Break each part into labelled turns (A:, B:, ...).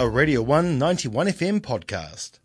A: a Radio 191 FM podcast.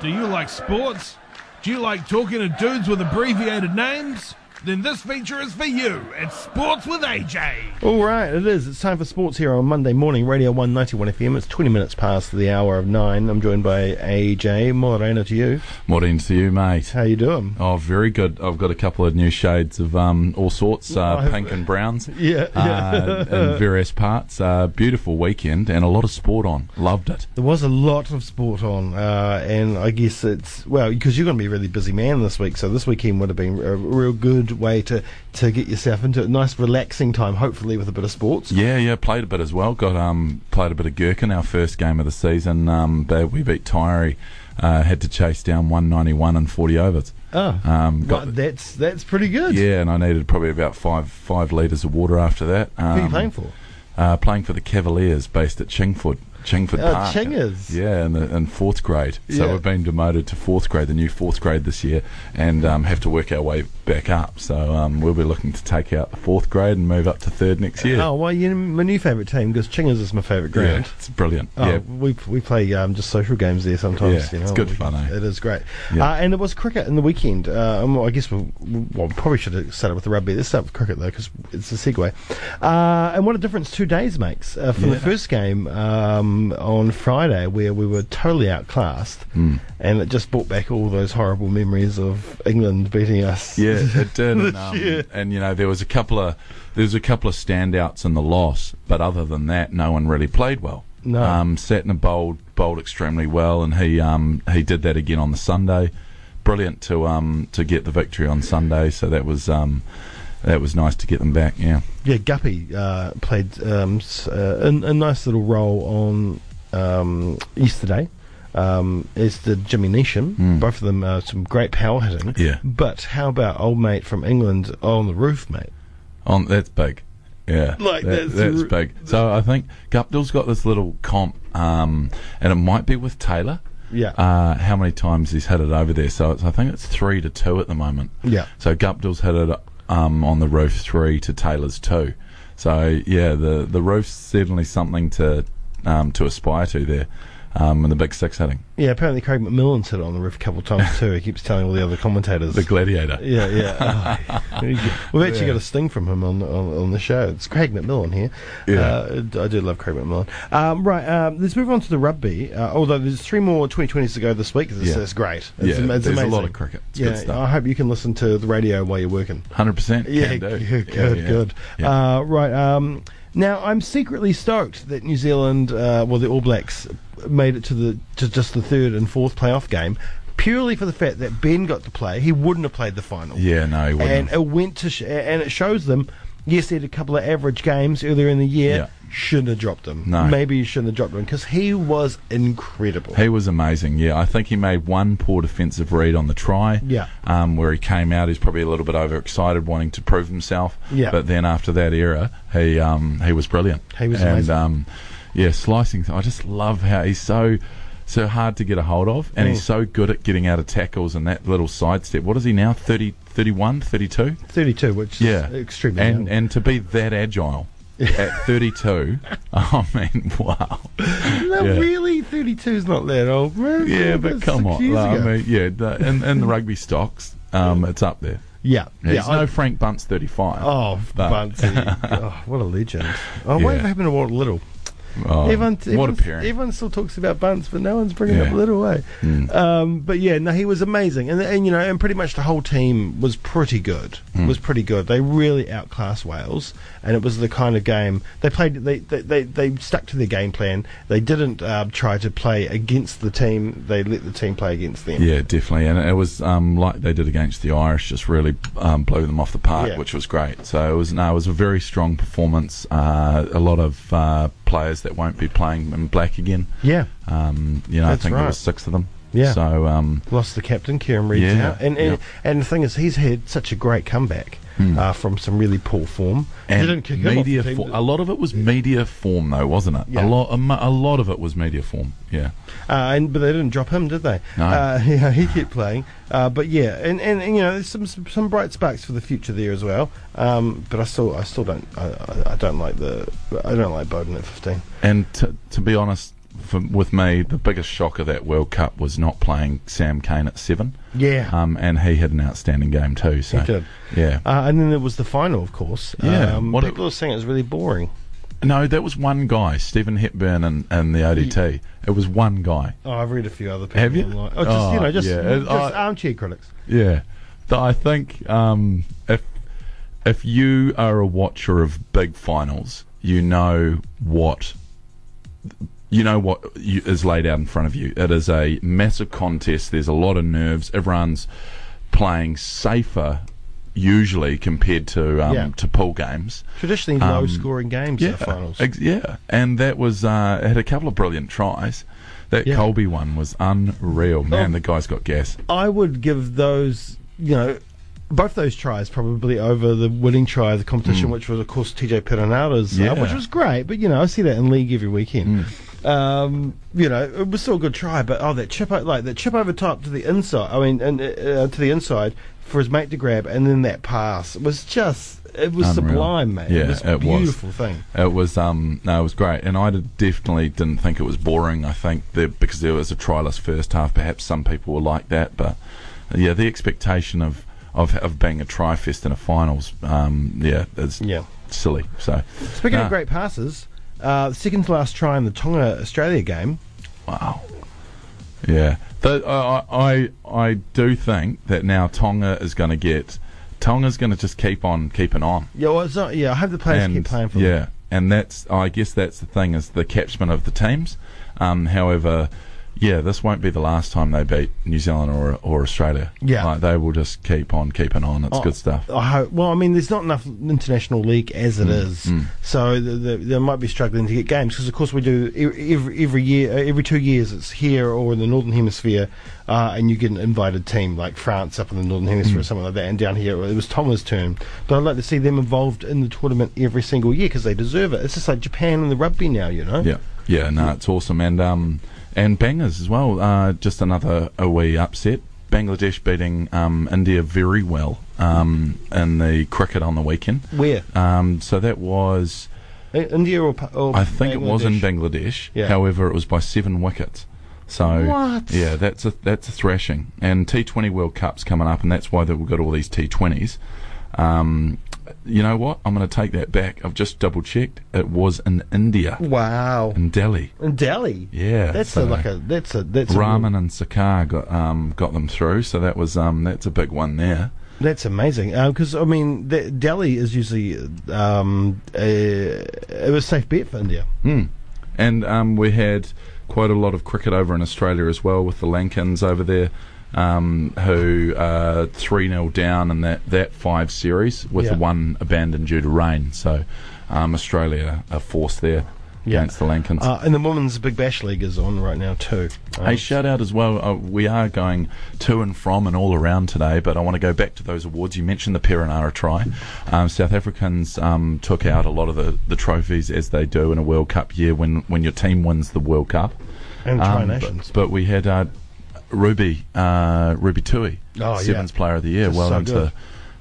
B: Do you like sports? Do you like talking to dudes with abbreviated names? Then this feature is for you. It's Sports with AJ.
A: All right, it is. It's time for sports here on Monday morning, Radio 191 FM. It's 20 minutes past the hour of nine. I'm joined by AJ. Morena to you.
C: Morning to you, mate.
A: How you doing?
C: Oh, very good. I've got a couple of new shades of um, all sorts, uh, pink and browns,
A: Yeah,
C: uh, in various parts. Uh, beautiful weekend and a lot of sport on. Loved it.
A: There was a lot of sport on, uh, and I guess it's well because you're going to be a really busy man this week. So this weekend would have been a real good way to to get yourself into a nice relaxing time, hopefully with a bit of sports.
C: Yeah, yeah. Played a bit as well. Got um played a bit of Gherkin, our first game of the season. Um, they, we beat Tyree. Uh, had to chase down 191 and 40 overs.
A: Oh,
C: Um,
A: well,
C: got
A: that's that's pretty good.
C: yeah, and I needed probably about five five litres of water after that. Um,
A: Who are you playing for?
C: Uh, playing for the Cavaliers, based at Chingford. Chingford
A: Oh,
C: Park.
A: Chingers.
C: Yeah, in, the, in fourth grade. So
A: Yeah.
C: we've been demoted to fourth grade, the new fourth grade this year, and um, have to work our way back up. So um, we'll be looking to take out the fourth grade and move up to third next year.
A: Oh well, you know, my new favourite team because Chingers is my favourite
C: yeah,
A: ground.
C: it's brilliant.
A: Oh,
C: yeah,
A: we we play um, just social games there sometimes.
C: Yeah,
A: you know,
C: it's good
A: we-
C: fun, eh?
A: It is great.
C: Yeah.
A: Uh, and it was cricket in the weekend. Uh, and well, I guess we well, we probably should have started with the rugby. Let's start with cricket though, because it's a segue. Uh, and what a difference two days makes uh, from the
C: Yeah.
A: first game um, on Friday, where we were totally outclassed,
C: Hmm.
A: and it just brought back all those horrible memories of England beating us.
C: Yeah, it did. And, um, and you know, there was a couple of there was a couple of standouts in the loss, but other than that, no one really played well.
A: No.
C: um, Satna bowled bowled extremely well, and he um, he did that again on the Sunday. Brilliant to um, to get the victory on Sunday. So that was um, that was nice to get them back. Yeah,
A: Yeah, Guppy uh, played um, s- uh, a, a nice little role on um, yesterday. Um, as did Jimmy Neesham. Both of them are some great power hitting.
C: Hmm. Yeah.
A: But how about old mate from England on the roof, mate?
C: on that's big. Yeah,
A: Like, that's r-
C: big. So I think Guptill's got this little comp, um, and it might be with Taylor.
A: Yeah.
C: uh, how many times he's hit it over there. So it's, I think it's three to two at the moment.
A: Yeah.
C: So Guptill's hit it um, on the roof three to Taylor's two. So yeah, the the roof's certainly something to um, to aspire to there. Um, and the big six hitting,
A: yeah, apparently Craig McMillan's hit it on the roof a couple of times too. He keeps telling all the other commentators.
C: the gladiator.
A: yeah, yeah. Oh, We've actually got a sting from him on, on on the show. It's Craig McMillan here.
C: Yeah.
A: Uh, I do love Craig McMillan. Um, right, um, let's move on to the rugby. Uh, although there's three more 2020s to go this week. It's,
C: Yeah.
A: it's great. It's,
C: Yeah,
A: am- it's
C: there's a
A: amazing.
C: lot of cricket. It's
A: yeah,
C: good stuff.
A: I hope you can listen to the radio while you're working.
C: Hundred percent.
A: Yeah,
C: do.
A: good, good.
C: Yeah, yeah.
A: good.
C: Yeah.
A: Uh, right. Um, now I'm secretly stoked that New Zealand, uh, well, the All Blacks made it to the to just the third and fourth playoff game, purely for the fact that Ben got to play. He wouldn't have played the final
C: yeah, no, he wouldn't.
A: and it went to sh- and it shows them. Yes, he had a couple of average games earlier in the year.
C: Yeah.
A: Shouldn't have dropped him.
C: No.
A: Maybe you shouldn't have dropped him because he was incredible.
C: He was amazing. Yeah, I think he made one poor defensive read on the try.
A: Yeah.
C: um, where he came out, he's probably a little bit overexcited, wanting to prove himself.
A: Yeah.
C: but then after that error, he um, he was brilliant.
A: He was
C: and,
A: amazing.
C: Um, yeah, slicing. I just love how he's so. So hard to get a hold of, and
A: Mm.
C: he's so good at getting out of tackles and that little sidestep. What is he now? 30, 31, 32?
A: 32, which
C: Yeah,
A: is extremely
C: And
A: young.
C: and to be that agile at thirty two, I mean, wow.
A: no,
C: yeah.
A: really, 32 is not that old. man.
C: Yeah,
A: About
C: but come
A: six
C: on.
A: years
C: like,
A: ago.
C: I mean, yeah, the, in, in the rugby stocks, um, it's up there.
A: yeah, yeah.
C: There's no
A: I-
C: Frank Bunce 35.
A: oh,
C: but-
A: Bunty. oh, what a legend. Oh,
C: Yeah.
A: whatever happened to Walter Little?
C: Oh,
A: everyone,
C: what a
A: everyone's-
C: parent.
A: Everyone still talks about Bunce, but no one's bringing up
C: Yeah. Hmm.
A: Little Way. Um, but yeah, no, he was amazing, and and you know, and pretty much the whole team was pretty good.
C: Hmm.
A: Was pretty good. They really outclassed Wales, and it was the kind of game they played. They they, they, they stuck to their game plan. They didn't uh, try to play against the team. They let the team play against them.
C: yeah, definitely. And it was um, like they did against the Irish, just really um, blew them off the park,
A: Yeah.
C: which was great. So it was, no, it was a very strong performance. Uh, a lot of uh, players that won't be playing in black again.
A: Yeah.
C: Um, you know,
A: That's
C: I think
A: right.
C: there was six of them.
A: Yeah.
C: So, um,
A: Lost the captain, Kieran Reid.
C: Yeah,
A: now. And, and,
C: yeah. Hmm.
A: and the thing is, he's had such a great comeback uh, from some really poor form.
C: and
A: didn't kick him off the
C: media
A: team,
C: for-
A: did-
C: a lot of it was media form, though, wasn't it?
A: Yeah.
C: A lot, a, mu- a lot of it was media form. Yeah.
A: Uh, and but they didn't drop him, did they?
C: No.
A: Uh, yeah, he kept playing. Uh, but yeah, and, and, and, you know, there's some, some some bright sparks for the future there as well. Um, but I still I still don't I, I, I don't like the I don't like Bowden at 15.
C: And t- to be honest, for, with me, the biggest shock of that World Cup was not playing Sam Kane at seven.
A: Yeah.
C: Um, and he had an outstanding game too. So
A: He did.
C: yeah.
A: Uh, and then there was the final, of course.
C: Yeah,
A: Um,
C: what a-
A: people were saying it was really boring.
C: no, that was one guy, Stephen Hepburn, and, and the ODT. It was one guy.
A: Oh, I've read a few other people.
C: Have you?
A: online. Oh, just, you
C: Oh,
A: know, just,
C: yeah.
A: just
C: I-
A: armchair critics.
C: Yeah, Th- I think um, if if you are a watcher of big finals, you know what you know what you, is laid out in front of you. It is a massive contest. There's a lot of nerves. Everyone's playing safer usually compared to um,
A: Yeah.
C: to pool games.
A: Traditionally
C: Um,
A: low-scoring games
C: Yeah,
A: in the finals.
C: ex- yeah, and that was uh, it had a couple of brilliant tries. That
A: Yeah.
C: Colby one was unreal, man.
A: Oh.
C: The guy's got gas.
A: I would give those, you know, both those tries probably over the winning try of the competition, which was, of course, TJ Peronada's, uh,
C: Mm. Yeah. Mm.
A: which was great. But, you know, I see that in league every weekend. Um, you know, it was still a good try, but oh, that chip, o- like that chip over top to the inside. I mean, and uh, uh, to the inside for his mate to grab, and then that pass was just it was
C: Unreal.
A: sublime, mate.
C: Yeah,
A: it was a
C: it was.
A: beautiful thing.
C: It was um no, it was great, and I did- definitely didn't think it was boring. I think that because there was a tryless first half, perhaps some people were like that, but yeah, the expectation of of, of being a try fest in a finals, um, yeah, it's
A: Yeah.
C: silly. So
A: Speaking
C: nah,
A: of great passes, uh, second to last try in the Tonga Australia game.
C: wow, yeah, Though I I I do think that now Tonga is going to get Tonga's going to just keep on keeping on.
A: Yeah, well, it's not, yeah, I hope the players keep playing for them.
C: yeah, and that's I guess that's the thing is the catchment of the teams. Um, however, yeah, this won't be the last time they beat New Zealand or or Australia.
A: Yeah.
C: Like, they will just keep on keeping on. It's
A: Oh,
C: good stuff. Mm,
A: I hope, well, I mean, there's not enough international league as it is, so the, the, they might be struggling to get games because, of course, we do e- every every year, uh, every two years, it's here or in the northern hemisphere, uh, and you get an invited team like France up in the northern hemisphere
C: Mm.
A: or something like that, and down here it was Thomas' turn. But I'd like to see them involved in the tournament every single year because they deserve it. It's just like Japan and the rugby now, you know.
C: Yeah, yeah, no, it's awesome, and um, and bangers as well. Uh, just another away upset. Bangladesh beating um, India very well um, in the cricket on the weekend.
A: Where
C: Um, so that was,
A: In- India or, Pa- or
C: I think it was
A: Bangladesh?
C: in Bangladesh.
A: Yeah.
C: However, it was by seven wickets. So
A: What?
C: yeah, that's a that's a thrashing. And T20 World Cup's coming up, and that's why that we've got all these T20s. Um, you know what? I'm going to take that back. I've just double checked. It was in India,
A: Wow,
C: in Delhi.
A: in Delhi.
C: Yeah,
A: that's
C: so-
A: a, like a that's a that's a,
C: Rahman and Sakar got um, got them through, so that was um, that's a big one there.
A: That's amazing. Because I mean, the, Delhi is usually um, uh, it was a safe bet for India.
C: Mm. And um, we had quite a lot of cricket over in Australia as well with the Lankins over there, um, who are 3 0 down in that, that five series with
A: Yeah.
C: one abandoned due to rain. So um, Australia are forced there
A: Yeah.
C: against the Lankins.
A: Uh, and the women's Big Bash League is on right now too. Uh,
C: Hey, shout out as well. Uh, we are going to and from and all around today, but I want to go back to those awards. You mentioned the Perenara try. Um, South Africans um, took out a lot of the, the trophies as they do in a World Cup year when, when your team wins the World Cup.
A: and the Tri
C: Um, but-
A: Nations.
C: But, we had uh, Ruby uh, Ruby Tui,
A: Oh, yeah.
C: Sevens Player of the Year.
A: Just
C: well
A: so
C: done
A: good.
C: to,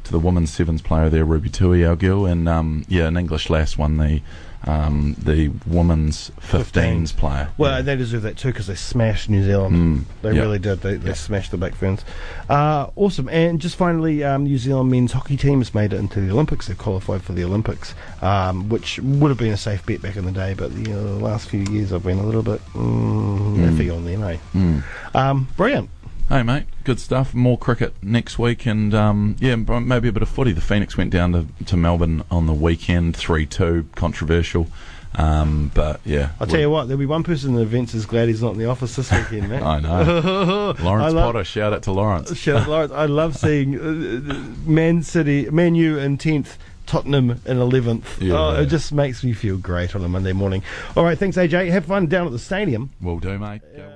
C: to the women's Sevens Player there, Ruby Tui, our girl. And um, yeah, an English lass won the um, the women's 15s player.
A: Well,
C: Yeah.
A: they deserve that too because they smashed New Zealand. they
C: Hmm. yeah.
A: really did. They, they smashed the Black Ferns. Uh, awesome. And just finally, um, New Zealand men's hockey team has made it into the Olympics. They've qualified for the Olympics, um, which would have been a safe bet back in the day. But you know, the last few years, I've been a little bit mm,
C: Hmm.
A: iffy on them. Eh? Um, brilliant.
C: Hey, mate, good stuff. More cricket next week, and um, yeah, m- maybe a bit of footy. The Phoenix went down to, to Melbourne on the weekend, 3 2, controversial. Um, but yeah.
A: I'll tell you what, there'll be one person in the events is glad he's not in the office this weekend, mate.
C: I know. Lawrence
A: love-
C: Potter, shout out to Lawrence.
A: Shout out Lawrence. I love seeing uh, uh, Man City, Man U in 10th, Tottenham in 11th.
C: Yeah.
A: Oh, it just makes me feel great on a Monday morning. All right, thanks, AJ. Have fun down at the stadium.
C: Will do, mate. Go well.